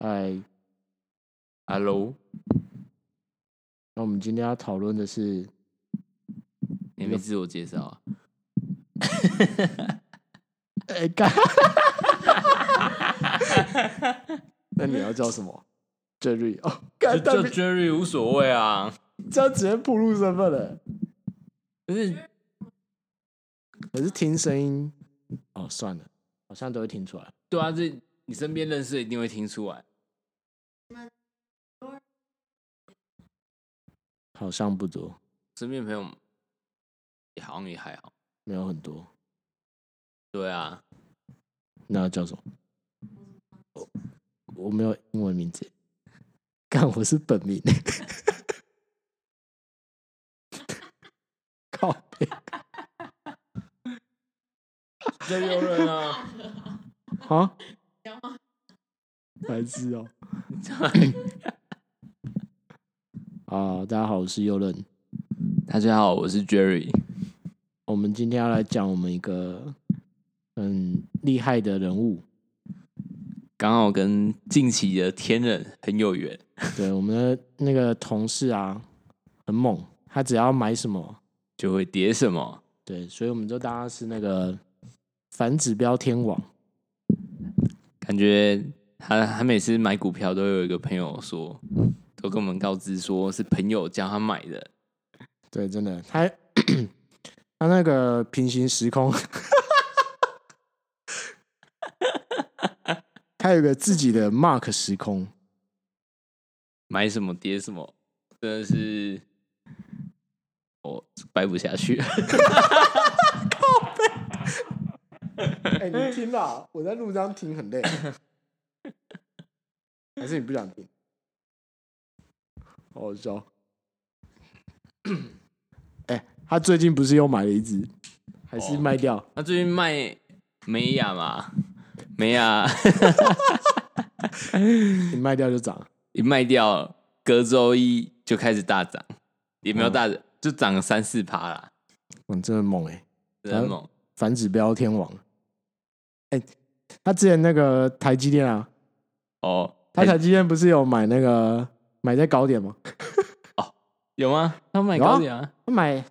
嗨，Hello，那我们今天要讨论的是， 你没自我介绍啊？哎、 干，那你要叫什么？Jerry 哦，干，但就就 Jerry 无所谓啊，这样直接暴露身份了。可是可是听声音，哦，算了，好像都会听出来。对啊，这你身边认识的一定会听出来。好像不多，身边朋友也好像也还好。没有很多。对啊，那要叫什么？哦我我没有英文名字，干我是本名。 靠背，这有人啊，啊？白痴哦、啊，大家好，我是右任。 大家好，我是 Jerry。我们今天要来讲我们一个很厉害的人物，刚好跟近期的天人很有缘，对我们的那个同事啊，很猛，他只要买什么，就会叠什么对，所以我们就当他是那个反指标天王。感觉他他每次买股票都有一个朋友说，都跟我们告知说是朋友叫他买的，对，真的，他他那个平行时空，他有个自己的 Mark 时空，买什么跌什么，真的是我掰不下去。 哎、你听啦，我在路上听很累，还是你不想听？好好笑。哎、他最近不是又买了一只，还是哦卖掉？他最近卖美雅嘛，美雅你卖掉就涨。 一卖掉，隔周一就开始大涨，也没有大涨，就涨了三四趴啦，哦嗯，真的猛哎、真的猛。反指标天王。哎、他之前那个台积电啊，哦，他还台积电不是有买那个买在高点吗？有吗？他买高点啊，他买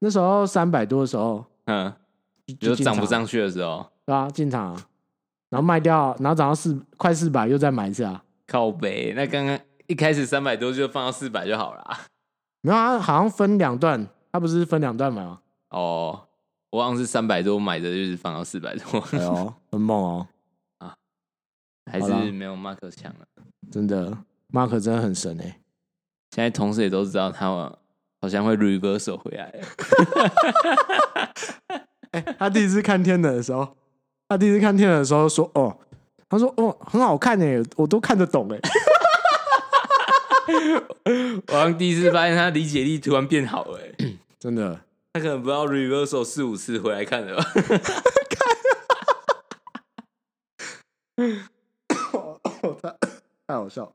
那时候三百多的时候，嗯，就就进涨不场上去的时候，对啊，进场啊、然后卖掉，然后涨到四快四百，又再买一次啊。靠北。那刚刚一开始三百多就放到四百就好啦。没有啊，好像分两段，他不是分两段买吗？哦，我好像是三百多买的，就是放到四百多， 哎呦，很猛哦，还好啦是没有 Mark 强啊了。 真的，Mark 真的很神哎、现在同事也都知道他好像会 reversal 回来了。 他第一次看天冷的时候，他第一次看天冷的时候说：“哦，他说哦，很好看哎、我都看得懂哎、我好像第一次发现他理解力突然变好了欸、 真的。他可能不要 reversal 四五次回来看的吧？ 太好笑了。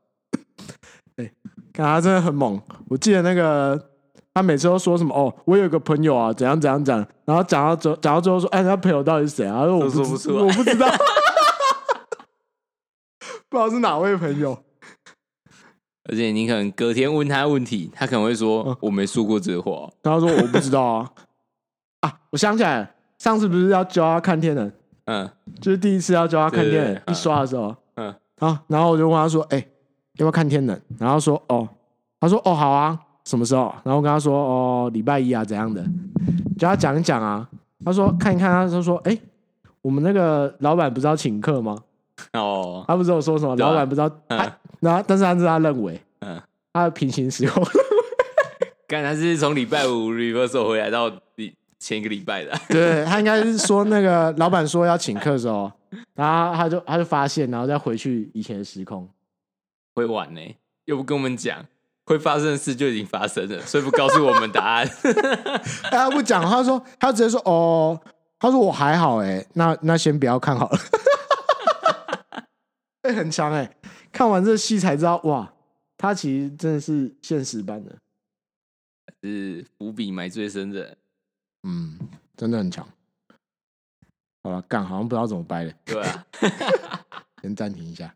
哎、看他真的很猛。我记得那个他每次都说什么哦，我有个朋友啊，怎样怎样怎样，然后讲到最讲到最后说，哎，他朋友到底是谁啊？他说我都说不不知出来我不知 道，不知道是哪位朋友。而且你可能隔天问他问题，他可能会说：“我没说过这话。然后他说我不知道啊 啊，我想起来了，上次不是要教他看天人，”嗯，就是第一次要教他看天对人对，对一刷的时候，嗯啊，然后我就问他说，哎、要不要看天人？然后说哦，他说哦好啊，什么时候？然后我跟他说哦礼拜一啊怎样的，叫他讲一讲啊。他说看一看啊，他就说哎、我们那个老板不是要请客吗？哦，他不是有说什么对啊老板不知道，他嗯然后但是他是他认为嗯，他的平行时 空，刚他是从礼拜五 reversal 回来到礼前一个礼拜的，对他应该是说那个老板说要请客的时候，然后他就他就发现，然后再回去以前的时空。会晚呢、又不跟我们讲，会发生的事就已经发生了，所以不告诉我们答案。 他不讲，他说他直接说哦，他说我还好哎、那那先不要看好了。 哎、很强哎、看完这戏才知道哇，他其实真的是现实版的，是伏笔埋最深的，嗯，真的很强。好了，干好像不知道怎么掰了，对吧、啊？先暂停一下。